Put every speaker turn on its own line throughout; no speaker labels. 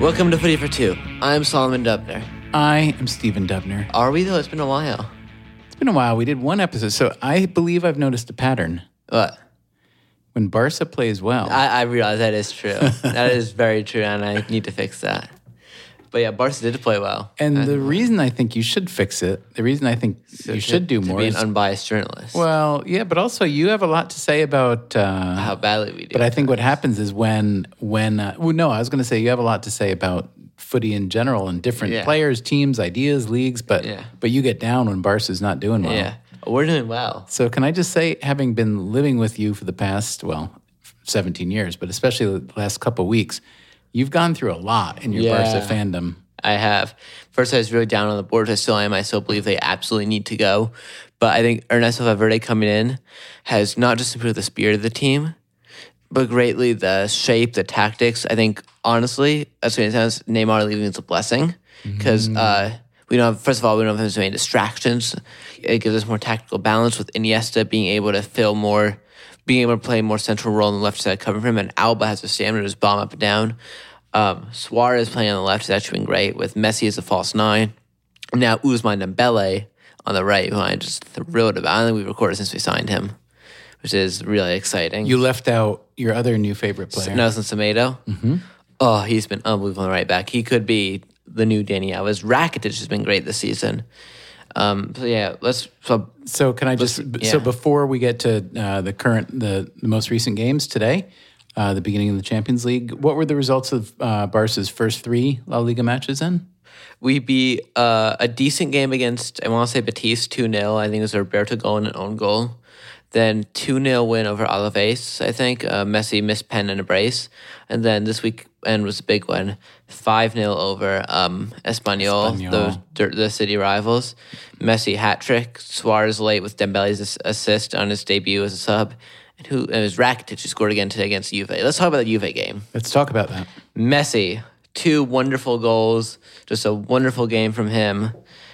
Welcome to Footy for Two. I'm Solomon Dubner.
I am Stephen Dubner.
Are we though? It's been a while.
It's been a while. We did one episode, so I believe I've noticed a pattern.
But
When Barca plays well,
I, I realize that is true. that is very true, and I need to fix that. But yeah, Barca did play well.
and the reason I think you should fix it, the reason I think you should do
to
more
be
is
an unbiased journalist.
well, yeah, but also you have a lot to say about. Uh,
how badly we did.
but I think what happens is when when uh, well, no, I was going to say you have a lot to say about footy in general and different
Yeah.
players, teams, ideas, leagues, but
Yeah.
but you get down when Barca's not doing well.
yeah, we're doing well.
So can I just say, having been living with you for the past well, seventeen years, but especially the last couple weeks, you've gone through a lot in your
Yeah.
Barca fandom.
I have. First, I was really down on the board. I still am. I still believe they absolutely need to go. But I think Ernesto Valverde coming in has not just improved the spirit of the team, but greatly the shape, the tactics. I think, honestly, as soon as it sounds, Neymar leaving is a blessing because uh, we don't have, first of all, we don't have as many distractions. It gives us more tactical balance with Iniesta being able to fill more, being able to play a more central role on the left side covering for him. And Alba has the stamina to just bomb up and down. Um, Suarez playing on the left has actually been great with Messi as a false nine. Now Usman Dembele on the right, who I'm just thrilled about. I don't think we've recorded since we signed him, which is really exciting.
You left out your other new favorite player.
Nelson Semedo. Oh, he's been unbelievable on the right back. He could be the new Danny Alves. Rakitic has been great this season. Um, so yeah, let's. So
So can I just so
yeah.
before we get to uh, the current the, the most recent games today, uh, the beginning of the Champions League, what were the results of uh, Barca's first three La Liga matches? In
we beat uh, a decent game against, I want to say Batiste 2 0. I think it was a Roberto goal and an own goal. Then 2 0 win over Alaves, I think. Uh, Messi missed pen and a brace. And then this weekend was a big one 5 0 over um, Espanyol,
Espanyol.
The, the city rivals. Messi hat trick. Suarez late with Dembele's ass- assist on his debut as a sub. And who and it was Rakitic who scored again today against Juve. Let's talk about the Juve game.
let's talk about that.
Messi, two wonderful goals. Just a wonderful game from him.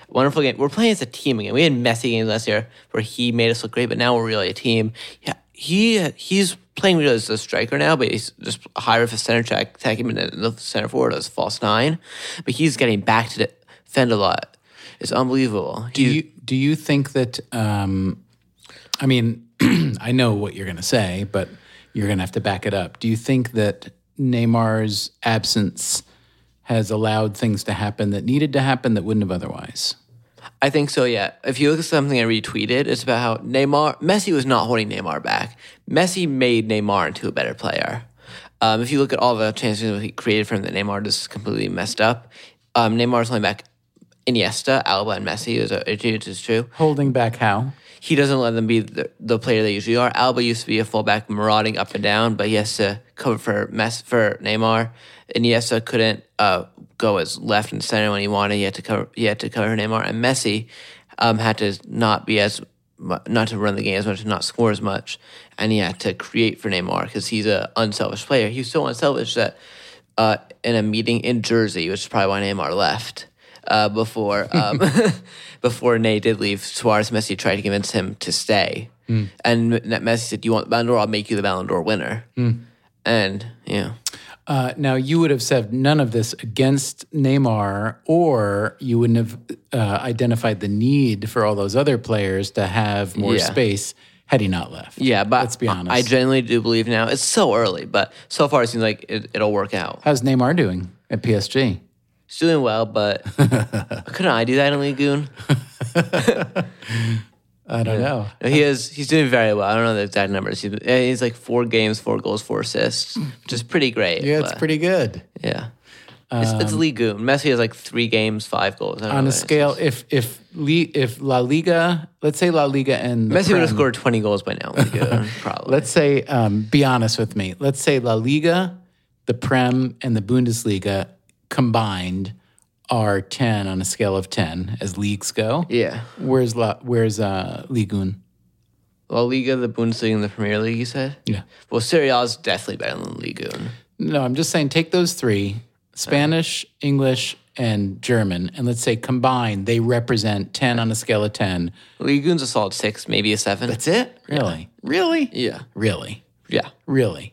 Wonderful game. We're playing as a team again. We had Messi games last year where he made us look great, but now we're really a team. Yeah, he he's playing really as a striker now, but he's just higher of a center track, attacking him in the center forward as a false nine. But he's getting back to defend a lot. It's unbelievable.
Do you do you think that? Um, I mean, I know what you're going to say, but you're going to have to back it up. Do you think that Neymar's absence has allowed things to happen that needed to happen that wouldn't have otherwise?
I think so, yeah. If you look at something I retweeted, it's about how Neymar, Messi was not holding Neymar back. Messi made Neymar into a better player. Um, if you look at all the chances he created from that Neymar just completely messed up, um, Neymar's holding back Iniesta, Alba, and Messi, is, a, it is true
Holding back how?
he doesn't let them be the, the player they usually are. Alba used to be a fullback marauding up and down, but he has to cover for mess for Neymar. And Iniesta couldn't uh, go as left and center when he wanted. He had to cover. He had to cover Neymar. And Messi um, had to not be as mu- not to run the game as much, not score as much, and he had to create for Neymar because he's an unselfish player. He was so unselfish that uh, in a meeting in Jersey, which is probably why Neymar left uh, before um, before Ney did leave. Suarez Messi tried to convince him to stay,
Hmm.
and M- Messi said, "You want the Ballon d'Or? I'll make you the Ballon d'Or winner."
Hmm.
And yeah,
Uh, now, you would have said none of this against Neymar, or you wouldn't have uh, identified the need for all those other players to have more
Yeah.
space had he not left.
yeah, but
Let's be
I- I
honest.
genuinely do believe now. It's so early, but so far it seems like it, it'll work out.
How's Neymar doing at PSG?
He's doing well, but couldn't I do that in Lagoon?
I don't know.
No, he is. He's doing very well. I don't know the exact numbers. He, he's like four games, four goals, four assists, which is pretty great.
Yeah, it's
but-
pretty good.
Yeah. It's, it's Ligoon. Messi has like three games, five goals. I don't
On
know
a
what it is.
scale, if if Le- if La Liga, let's say La Liga and the
Messi would
Prem-
have scored 20 goals by now. in Ligoon, probably.
Let's say, um, be honest with me. Let's say La Liga, the Prem, and the Bundesliga combined are ten on a scale of ten as leagues go.
yeah.
Where's La? Where's uh, Ligun?
La Liga, the Bundesliga, and the Premier League, you said?
Yeah.
Well, Serie A is definitely better than Ligoon.
No, I'm just saying. Take those three: Spanish, English, and German, and let's say combined they represent ten on a scale of ten.
Ligoon's a solid six, maybe a seven.
That's it. Really? Really?
Yeah.
Really?
Yeah.
Really?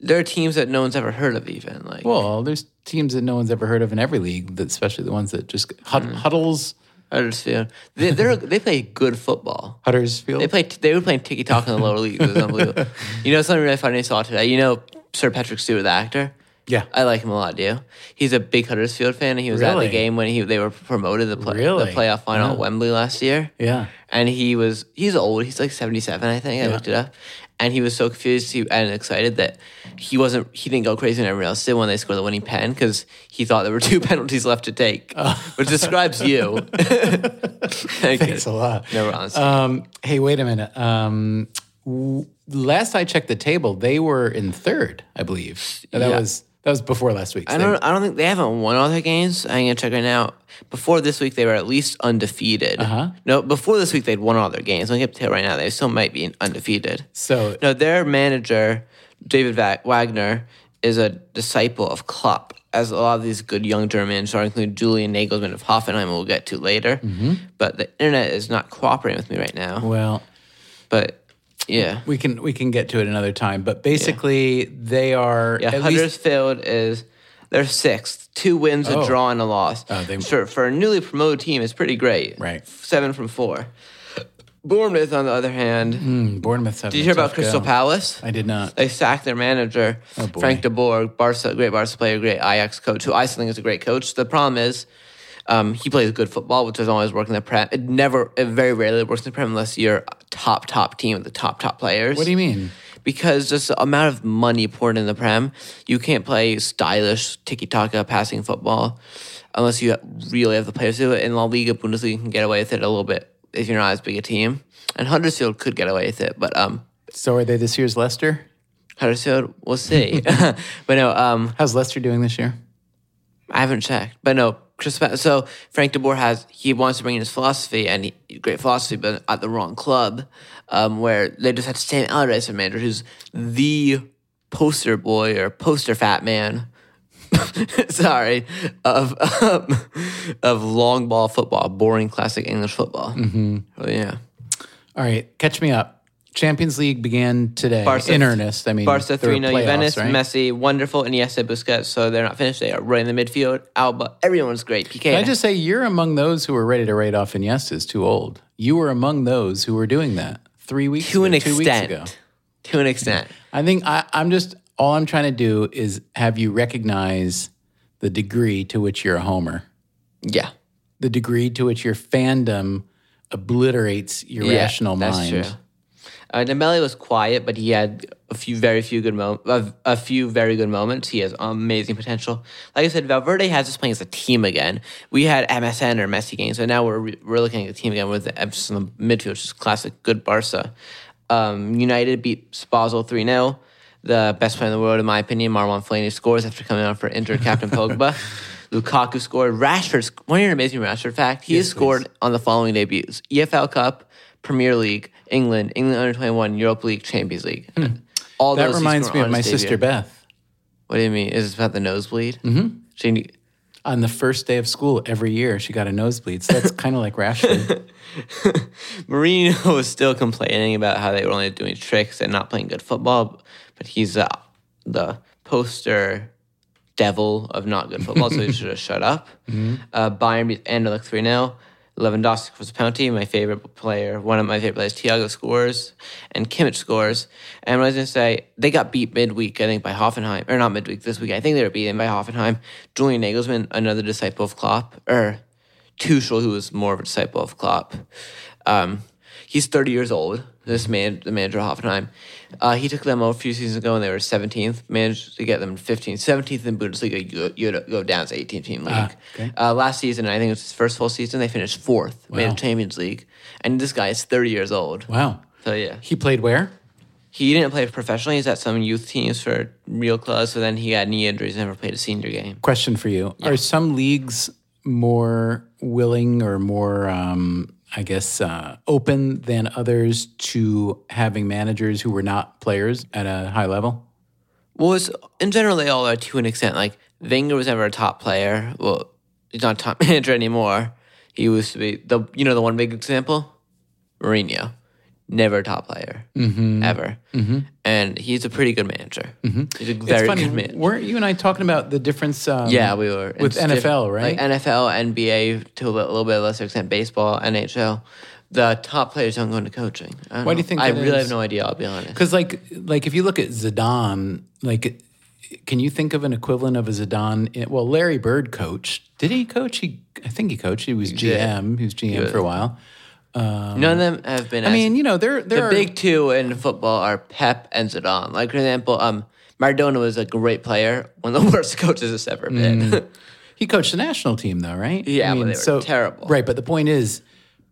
There are teams that no one's ever heard of, even like
Well, there's teams that no one's ever heard of in every league, that, especially the ones that just Hud-
Mm.
Huddles,
Huddersfield. They they're, they play good football.
Huddersfield.
They play. They were playing ticky tack in the lower leagues. It was unbelievable. You know something really funny I saw today. You know Sir Patrick Stewart, the actor.
yeah.
I like him a lot, do you? He's a big Huddersfield fan, and he was at
Really?
the game when he they were promoted the, play,
Really?
the playoff final at Wembley last year.
yeah.
And he was he's old. He's like seventy seven, I think. I looked it up, and he was so confused he- and excited that he wasn't he didn't go crazy when everyone else did when they scored the winning pen because he thought there were two penalties left to take,
Oh.
which describes you.
It's a lot.
Never honestly.
Um, hey, wait a minute. Um, w- last I checked the table, they were in third, I believe. That
Yeah.
was that was before last week's.
I
thing.
don't. I don't think they haven't won all their games. I'm gonna check right now. Before this week, they were at least undefeated. Uh-huh. No, before this week, they'd won all their games. I'm gonna tell you right now, they still might be undefeated.
So
No, their manager David Va- Wagner is a disciple of Klopp, as a lot of these good young German managers are, including Julian Nagelsmann of Hoffenheim, who we'll get to later. But the internet is not cooperating with me right now.
Mm-hmm. well,
But yeah,
we can we can get to it another time. But basically, they are
Yeah,
at least
Huddersfield is they're sixth. Two wins, a
Oh.
draw, and a loss.
Oh, they-
for, for a newly promoted team, it's pretty great.
Right.
Seven from four. Bournemouth, on the other hand,
Hmm, Bournemouth.
did you hear about Crystal Palace?
I did not.
They sacked their manager,
Oh, boy.
Frank de Boer, Barca, great Barca player, great Ajax coach, who I still think is a great coach. The problem is, um, he plays good football, which doesn't always work in the Prem. It never, it very rarely works in the Prem unless you're a top, top team with the top, top players
What do you mean?
because just the amount of money poured in the prem, you can't play stylish tiki taka passing football unless you really have the players to do it. In La Liga, Bundesliga can get away with it a little bit if you're not as big a team, and Huddersfield could get away with it, but um,
So are they this year's Leicester?
Huddersfield, we'll see. but no, um,
How's Leicester doing this year?
I haven't checked, but no. Chris, Pa- so Frank De Boer has he wants to bring in his philosophy and he, great philosophy, but at the wrong club, um, where they just had Sam Allardyce as a manager, who's the poster boy or poster fat man. sorry, of um, of long ball football, boring classic English football. Mm-hmm. yeah,
All right, catch me up. Champions League began today
Barca-
in earnest. I mean,
Barca
they're
three 0
playoffs,
Juventus,
right?
Messi, wonderful, Iniesta, Busquets. So they're not finished. They are right in the midfield. Alba, everyone's great. PK,
Can I just say you're among those who were ready to write off Iniesta's too old. You were among those who were doing that three weeks
to
ago,
an
two weeks ago.
extent. To an extent.
I think I, I'm just all I'm trying to do is have you recognize the degree to which you're a homer,
Yeah.
the degree to which your fandom obliterates your
Yeah,
rational mind.
That's true. Uh, Dembele was quiet, but he had a few very few good moments. A, a few very good moments. He has amazing potential. Like I said, Valverde has us playing as a team again. We had MSN or Messi games, but now we're re- we're looking at the team again with the emphasis on the midfield, which is classic good Barca. Um, United beat Basel three 0 The best player in the world, in my opinion, Marwan Fellaini scores after coming on for injured captain Pogba. Lukaku scored. Rashford. sc- Want to hear an amazing Rashford fact? He has scored on the following debuts: EFL Cup, Premier League, England, England under 21, Europa League, Champions League. All
Hmm. That
those he
reminds
scored
me
on
of my
his debut.
sister Beth.
What do you mean? Is this about the nosebleed? Mm-hmm. She, knew-
On the first day of school every year, she got a nosebleed. So that's kind of like Rashford.
Mourinho was still complaining about how they were only doing tricks and not playing good football, but he's uh, the poster devil of not good football, so he should have shut up. Uh, Bayern beat Anderlecht 3 0. Lewandowski was a penalty, my favorite player, one of my favorite players. Thiago scores and Kimmich scores. And what I was going to say, they got beat midweek, I think, by Hoffenheim, or not midweek this week. I think they were beaten by Hoffenheim. Julian Nagelsmann, another disciple of Klopp, or Tuchel, who was more of a disciple of Klopp. Um, he's 30 years old. This man, the manager of Hoffenheim, uh, he took them over a few seasons ago, and they were 17th. Managed to get them 15th, 17th in Bundesliga. You, you go down to 18 team league.
Ah, okay.
uh, last season, I think it was his first full season. They finished fourth, made
Wow.
the Champions League, and this guy is 30 years old.
wow.
So yeah,
He played where?
he didn't play professionally. He's at some youth teams for real clubs. So then he got knee injuries, never played a senior game.
Question for you: Are some leagues more willing or more, um, I guess, uh, open than others to having managers who were not players at a high level?
Well, it's, in general, they all are to an extent. Like Wenger was never a top player. Well, he's not a top manager anymore. He used to be the you know the one big example, Mourinho. never a top player
Mm-hmm.
ever, and he's a pretty good manager. He's a
It's
very
funny.
good manager.
Weren't you and I talking about the difference? Um,
Yeah, we were
with
It's diff-
NFL, right?
Like NFL, NBA, to a li- little bit lesser extent, baseball, NHL. The top players don't go into coaching. I don't
Why do you
know.
think
I
that
really
is?
have no idea. I'll be honest.
Because like like if you look at Zidane, like can you think of an equivalent of a Zidane? in- well, Larry Bird coached. Did he coach? He I think he coached. He was
did.
GM. He was GM for a while.
None of them have been.
Um, I mean, you know, there there
the
are
big two in football are Pep and Zidane. Like for example, um, Maradona was a great player, one of the worst coaches that's ever
Mm,
been.
He coached the national team, though, right?
Yeah, but they were terrible.
Right, but the point is,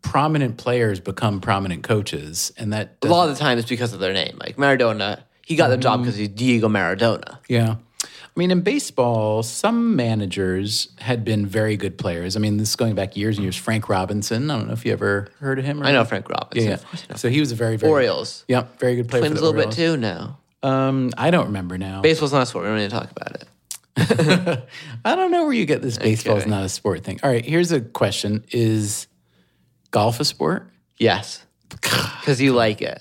prominent players become prominent coaches, and that
a lot of the time it's because of their name. Like Maradona, he got the
Mm.
job because he's Diego Maradona.
Yeah. I mean, in baseball, some managers had been very good players. I mean, this is going back years and years. Frank Robinson. I don't know if you ever heard of him. Or
I know Frank Robinson.
Yeah.
Of course I
yeah.
know.
So he was a very, very
Orioles.
Yeah, very good player.
Twins
for
a
the
little bit too.
Orioles.
No,
Um, I don't remember now.
baseball's not a sport. We don't need to talk about it.
I don't know where you get this. Baseball's
Okay.
not a sport thing. All right, here's a question: Is golf a sport?
Yes, because you like it.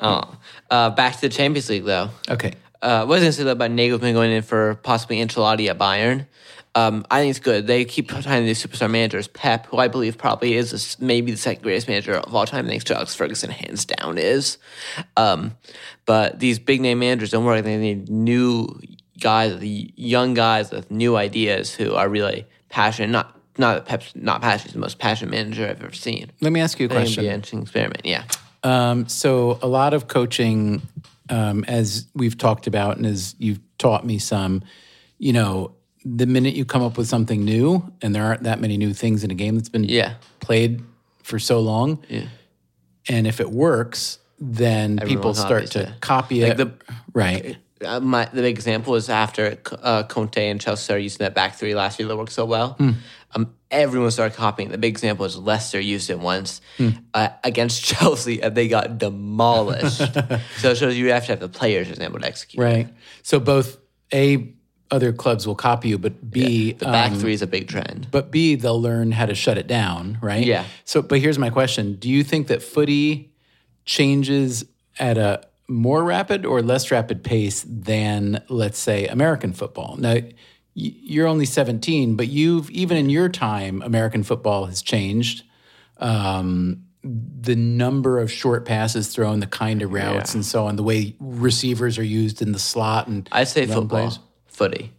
oh. uh, back to the Champions League though.
Okay.
Uh, was going to say that about Nagelsmann going in for possibly Ancelotti at Bayern. Um, I think it's good. They keep finding these superstar managers. Pep, who I believe probably is this- maybe the second greatest manager of all time, thanks to Alex Ferguson, hands down is. Um, but these big name managers don't work. They need new guys, the young guys with new ideas who are really passionate. Not not that Pep's not passionate. He's the most passionate manager I've ever seen.
Let me ask you a
I think it'd
question.
be an interesting experiment. Yeah.
Um, so a lot of coaching, um, as we've talked about, and as you've taught me some, you know, the minute you come up with something new, and there aren't that many new things in a game that's been
Yeah.
played for so long, and if it works, then people start
copies
to
it.
copy it.
the-
right.
uh, my, the big example is after uh, Conte and Chelsea started using that back three last year that worked so well.
Hmm.
Um, everyone started copying. The big example is Leicester used it once
Hmm.
uh, against Chelsea, and they got demolished. so it shows you have to have the players, for example, to execute.
Right. So both a other clubs will copy you, but b
The
um,
back three is a big trend.
but B, they'll learn how to shut it down, right?
Yeah.
So, but here's my question: Do you think that footy changes at a more rapid or less rapid pace than, let's say, American football? Now, y- you're only 17, but you've even in your time, American football has changed. Um, the number of short passes thrown, the kind of routes, and so on, the way receivers are used in the slot, and
I say football,
plays.
footy.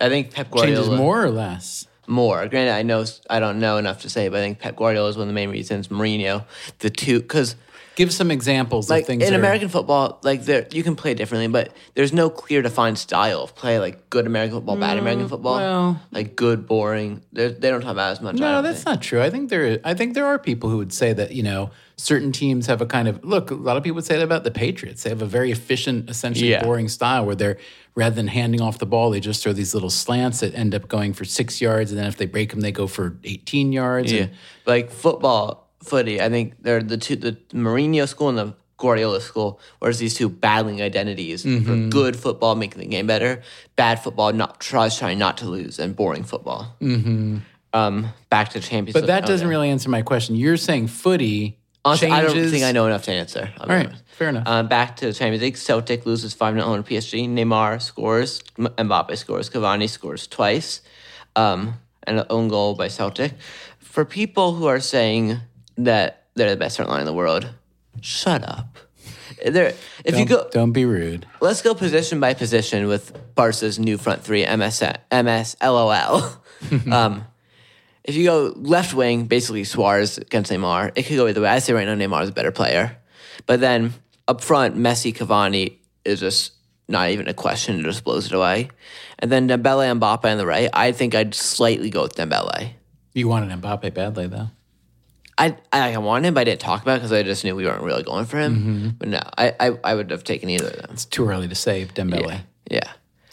I think Pep Guardiola
changes more or less.
more. Granted, I know I don't know enough to say, but I think Pep Guardiola is one of the main reasons. Mourinho, the two, because.
Give some examples
like
of things
in
that are-
American football, like there you can play differently, but there's no clear defined style of play. Like good American football, bad American football,
Mm, well-
like good, boring. They're, they don't talk about it as much.
No, that's not true. I think there, I think there are people who would say that you know certain teams have a kind of look. A lot of people would say that about the Patriots. They have a very efficient, essentially
Yeah.
boring style where they're rather than handing off the ball, they just throw these little slants that end up going for six yards, and then if they break them, they go for eighteen yards.
yeah.
And,
Like football, footy. I think they're the two, the Mourinho school and the Guardiola school. Whereas these two battling identities
Mm-hmm.
for good football, making the game better, bad football, not tries trying not to lose, and boring football. Mm-hmm. Um, back to champions.
but that doesn't really answer my question. You're saying footy
Oh, Honestly, I
changes.
don't think I know enough to answer. All
All right, fair enough.
Um, back to the Champions League. Celtic loses 5 0 on PSG. Neymar scores. M- Mbappe scores. Cavani scores twice. Um, and an own goal by Celtic. For people who are saying that they're the best front line in the world, shut up. There, if you go,
don't be rude.
let's go position by position with Barca's new front three, MS, MS LOL. um, if you go left wing, basically Suarez against Neymar, it could go either way. I say right now Neymar is a better player. But then up front, Messi, Cavani is just not even a question. It just blows it away. And then Dembele and Mbappe on the right, I think I'd slightly go with Dembele.
You wanted Mbappe badly though.
I, I wanted him, but I didn't talk about it because I just knew we weren't really going for him. But no, I, I, I would have taken either of them.
It's too early to save Dembele.
Yeah.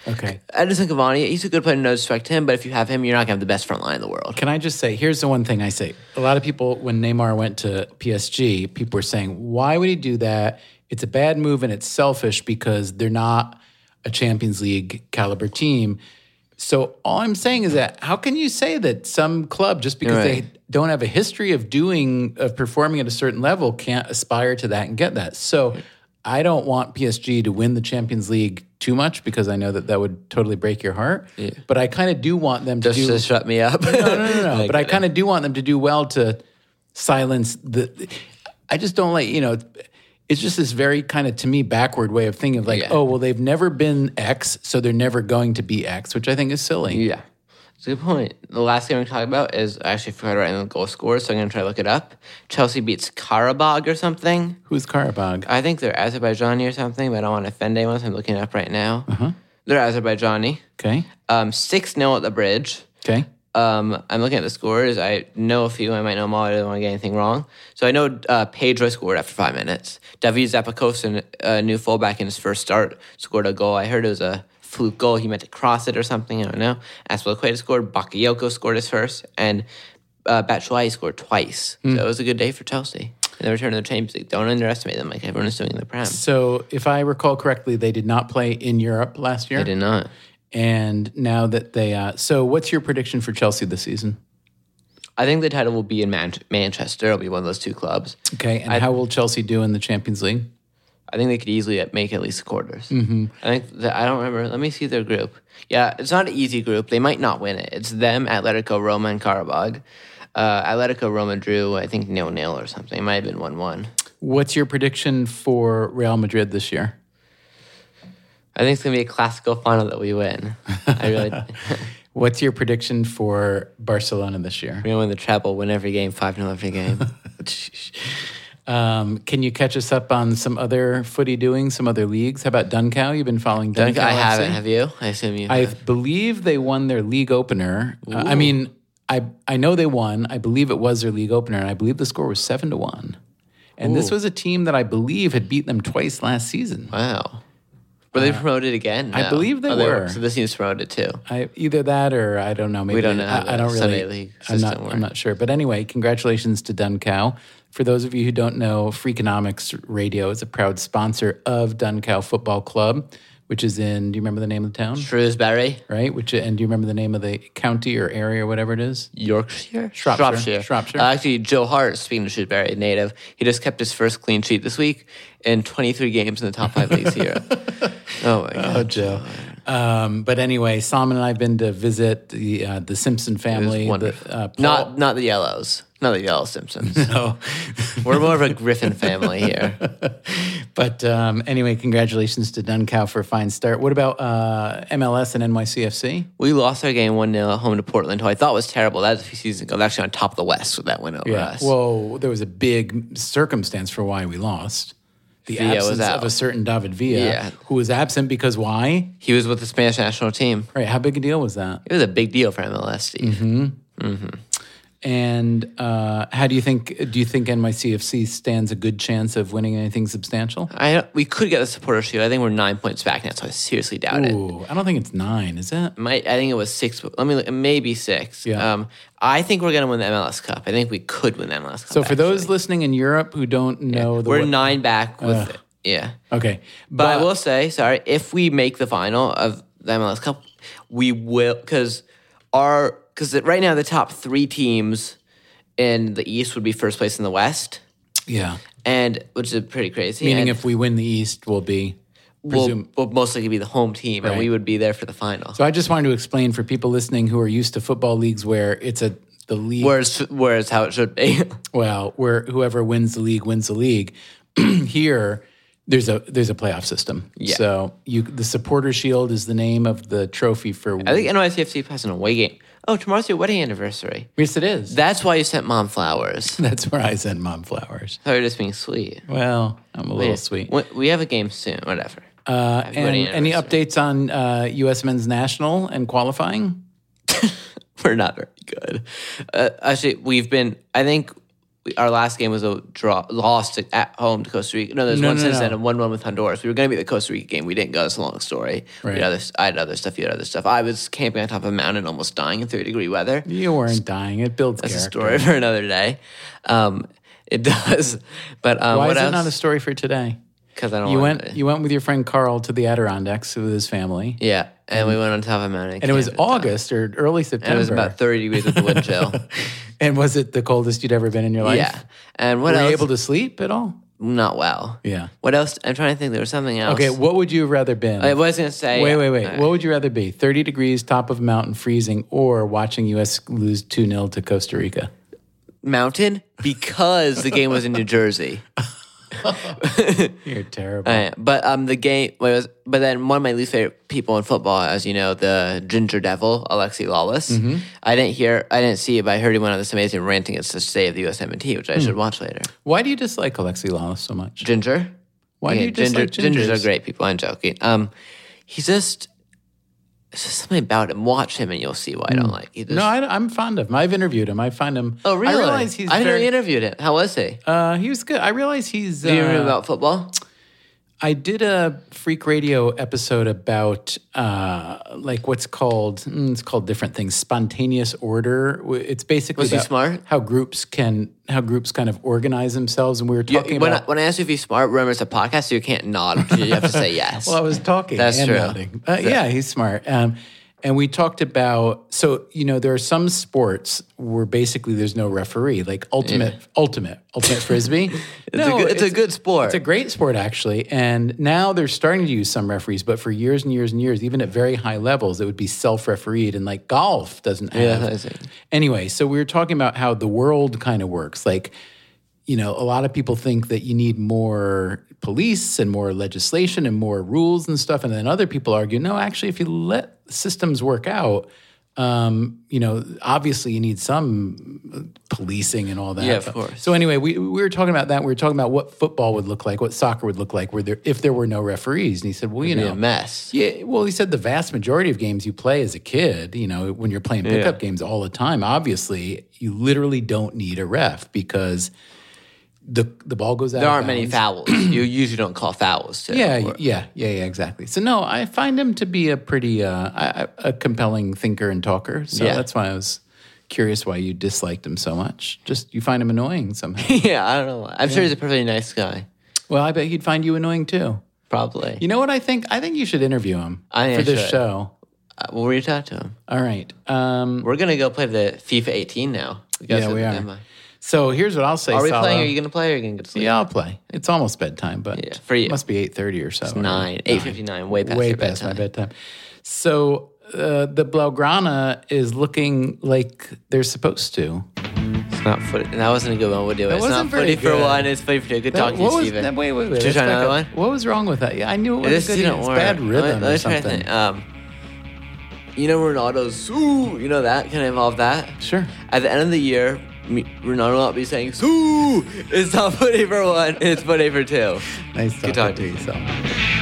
Okay.
Edison Cavani, he's a good player. No disrespect to him, but if you have him, you're not gonna have the best front line in the world.
Can I just say, here's the one thing I say. A lot of people, when Neymar went to PSG, people were saying, why would he do that? It's a bad move and it's selfish because they're not a Champions League caliber team. So all I'm saying is that how can you say that some club just because
Right.
they don't have a history of doing of performing at a certain level can't aspire to that and get that? So I don't want PSG to win the Champions League too much because I know that that would totally break your heart. But I kind of do want them to
Just
do
to shut me up.
no, no, no, no. but I kind of do want them to do well to silence the. I just don't like you know. It's just this very kind of to me backward way of thinking of like, oh well, they've never been X, so they're never going to be X, which I think is silly.
Yeah. It's a good point. The last game we're talking about is I actually forgot to write down the goal scorer, so I'm going to try to look it up. Chelsea beats Karabag or something.
Who's Karabag?
I think they're Azerbaijani or something, but I don't want to offend anyone, so I'm looking it up right now. They're Azerbaijani.
Okay,
Um, 6 0 at the bridge.
okay,
Um, I'm looking at the scores. I know a few. I might know them all. I don't want to get anything wrong. So I know uh, Pedro scored after five minutes. David Zapakos, a new fullback in his first start, scored a goal. I heard it was a fluke goal. He meant to cross it or something. I don't know. Aspilaqueta scored. Bakayoko scored his first. And uh, Batshuayi scored twice. So it was a good day for Chelsea. And the return of the Champions League. Don't underestimate them like everyone is doing in the Prem.
so if I recall correctly, they did not play in Europe last
I
year,
did not.
and now that they, uh, so what's your prediction for Chelsea this season?
I think the title will be in Man- Manchester. It'll be one of those two clubs.
Okay, and how will Chelsea do in the Champions League?
I think they could easily make at least quarters.
Mm-hmm.
I think that, I don't remember. Let me see their group. Yeah, it's not an easy group. They might not win it. It's them, Atletico Roma, and Karabag. Uh, Atletico Roma drew, I think, nil nil or something. It might have been one one.
What's your prediction for Real Madrid this year?
I think it's gonna be a classical final that we win. I really, we're
What's your prediction for Barcelona this year?
gonna win the treble, win every game, five 0 every game.
Um, can you catch us up on some other footy doing, some other leagues? How about Duncow? You've been following Duncow.
I haven't.
FC?
Have you? I assume you.
I believe they won their league opener. Uh, I mean, I I know they won. I believe it was their league opener, and I believe the score was seven to one. And this was a team that I believe had beat them twice last season.
wow. Were they promoted again?
Uh, I
No.
believe they
Oh,
were.
So this team's promoted too.
I, either that or I don't know. Maybe
don't know how
I, I don't
the
really.
Sunday league
I'm not.
system
I'm not sure. But anyway, congratulations to Duncow. For those of you who don't know, Freakonomics Radio is a proud sponsor of Duncow Football Club, which is in. Do you remember the name of the town?
Shrewsbury,
Right. Which and do you remember the name of the county or area or whatever it is?
Yorkshire?
Shropshire.
Shropshire.
Shropshire.
Uh, actually, Joe Hart, speaking of Shrewsbury, native, he just kept his first clean sheet this week in 23 games in the top five leagues here. Oh, my God.
Joe. Um, but anyway, Salman and I have been to visit the uh, the Simpson family. The,
Wonderful.
uh, Paul-
not, not the Yellows. Not the Yellow Simpsons.
no.
We're more of a Griffin family here.
But um, anyway, congratulations to Duncow for a fine start. What about uh, MLS and NYCFC?
We lost our game 1 0 at home to Portland, who I thought was terrible. That was a few seasons ago. They're actually on top of the West with that win over us.
Well, there was a big circumstance for why we lost. The
Villa was
absence
out.
of a certain David Villa,
Yeah.
who was absent because why?
he was with the Spanish national team.
Right? How big a deal was that?
It was a big deal for MLS, Steve.
Mm-hmm. And uh, how do you think? Do you think NYCFC stands a good chance of winning anything substantial?
I don't, we could get the supporter shield. I think we're nine points back now, so I seriously doubt it.
Ooh, I don't think it's nine, is it?
My, I think it was six. Let me look, maybe six.
Yeah.
Um, I think we're gonna win the MLS Cup. I think we could win the MLS Cup.
So for those
actually.
listening in Europe who don't know, the
we're
what- Uh.
nine back with yeah.
okay,
But I will say, sorry, if we make the final of the MLS Cup, we will because our because right now the top three teams in the East would be first place in the West,
yeah,
and which is pretty crazy.
meaning
and
if we win the East, we'll be.
we'll, we'll most likely be the home team, and we would be there for the final.
So I just wanted to explain for people listening who are used to football leagues where it's a the league
Whereas, whereas how it should be.
well where whoever wins the league wins the league. Here there's a there's a playoff system. So you the supporter shield is the name of the trophy for
I think NYCFC has an away game. Oh, tomorrow's your wedding anniversary.
Yes it is.
That's why you sent mom flowers.
That's where I send mom flowers.
Sorry, just being sweet.
Well, I'm a little sweet.
We- We have a game soon. Whatever.
Uh,
wedding
and any updates on uh, U.S. men's national and qualifying?
We're not very good. Uh, actually, we've been. I think we, our last game was a draw, lost to, at home to Costa Rica. No, there's
No,
one
no,
since
no.
then, and one one with Honduras. We were going to be the Costa Rica game. We didn't go. It's a long story. We had
Right.
other, I had other stuff. You had other stuff. I was camping on top of a mountain, almost dying in 30 degree weather.
You weren't dying. It builds
That's a
character.
story for another day. Um, it does. But um,
Why
what
is
else?
it not a story for today?
because I don't.
You
wanna-
went you went with your friend Carl to the Adirondacks with his family,
Yeah, and we went on top of a mountain,
and it was
camped.
August or early September.
And it was about thirty degrees with the wind chill.
And was it the coldest you'd ever been in your life?
yeah, and what
Were you
else?
able to sleep at all?
Not well.
Yeah.
What else? I'm trying to think. There was something else.
Okay, what would you have rather been?
I was gonna say.
wait, wait, wait.
uh,
What would you rather be? 30 degrees, top of a mountain, freezing, or watching US lose 2 0 to Costa Rica?
uh, mountain because the game was in New Jersey.
You're terrible.
Uh, but um, the game well, it was. But then one of my least favorite people in football, as you know, the Ginger Devil, Alexi Lawless.
Mm-hmm.
I didn't hear, I didn't see it, but I heard he went on this amazing rant against the state of the USMNT, which I
Hmm.
should watch later.
Why do you dislike Alexi Lawless so much?
Ginger.
Why do
Yeah,
you dislike
Ginger-
gingers?
Gingers are great people. I'm joking. Um, he's just. It's just something about him. Watch him, and you'll see why I don't like. He just,
Mm. No, I, am fond of him. I've interviewed him. I find him.
oh, really?
I realize he's.
I know
very,
you interviewed him. How was he?
uh, he was good. I realize he's.
Do you remember
Uh,
about football?
I did a freak radio episode about uh, like what's called mm, it's called different things spontaneous order. W- It's basically
Was he
about
smart?
how groups can how groups kind of organize themselves, and we were talking
When I,
about.
when I asked you if you're smart, remember it's a podcast, so you can't nod. You have to say yes.
Well, I was talking.
That's
and
true.
nodding. Uh, yeah, he's smart. Um, and we talked about so you know there are some sports where basically there's no referee, like ultimate, ultimate, ultimate frisbee.
It's, a good, it's, a good sport.
It's a great sport, actually. And now they're starting to use some referees, but for years and years and years, even at very high levels, it would be self refereed. And like golf doesn't have.
I see.
Anyway, so we were talking about how the world kind of works. Like, you know, a lot of people think that you need more police and more legislation and more rules and stuff. And then other people argue, no, actually, if you let systems work out, um, you know, obviously you need some uh, policing and all that.
Yeah, of
But-
course.
So anyway, we, we were talking about that. We were talking about what football would look like, what soccer would look like, where there if there were no referees. And he said, well, you
Be
know,
a mess.
yeah, well, he said the vast majority of games you play as a kid, you know, when you're playing pickup games all the time, obviously you literally don't need a ref because the the ball goes out.
There
of
aren't many
bounds.
fouls. you usually don't call fouls. Too.
Yeah, yeah, yeah, yeah, exactly. So no, I find him to be a pretty uh, I- I- a compelling thinker and talker. So
Yeah.
that's why I was curious why you disliked him so much. Just you find him annoying somehow.
yeah, I don't know. why. I'm sure he's a perfectly nice guy.
well, I bet he'd find you annoying too.
Probably.
You know what I think? I think you should interview him
I
for this
should.
show.
Uh, we'll reach out to him.
All right. Um,
We're gonna go play the FIFA 18 now. guys
Yeah,
at
we
the
are.
demo.
so here's what I'll say.
Are we
Salo.
playing? Are you gonna play? Or are you gonna go to sleep?
Yeah, I'll play. It's almost bedtime, but
Yeah, for you.
it must be eight thirty or so. It's
Nine, eight fifty nine, way past
way
your
past
bedtime.
my bedtime. So uh, the Blaugrana is looking like they're supposed to.
It's not footy. That wasn't a good one. We'll do it. It's
wasn't
not footy
very
for
good.
one. It's footy for two. Good
That-
talking to
what
you,
was,
Steven.
that- wait, wait,
Should we
wait. let's
try
back
another
up.
one?
What was wrong with that? Yeah, I knew it was
This
good.
didn't
it's
work.
bad
Let- let
rhythm
me
or
try to
something.
think. Um, you know Ronaldo's "Ooh," you know that? Can I involve that?
Sure.
At the end of the year, me, Ronaldo will not be saying "Ooh." It's not footy for one. It's footy for two.
Nice
Good
talking
talking
to you. So.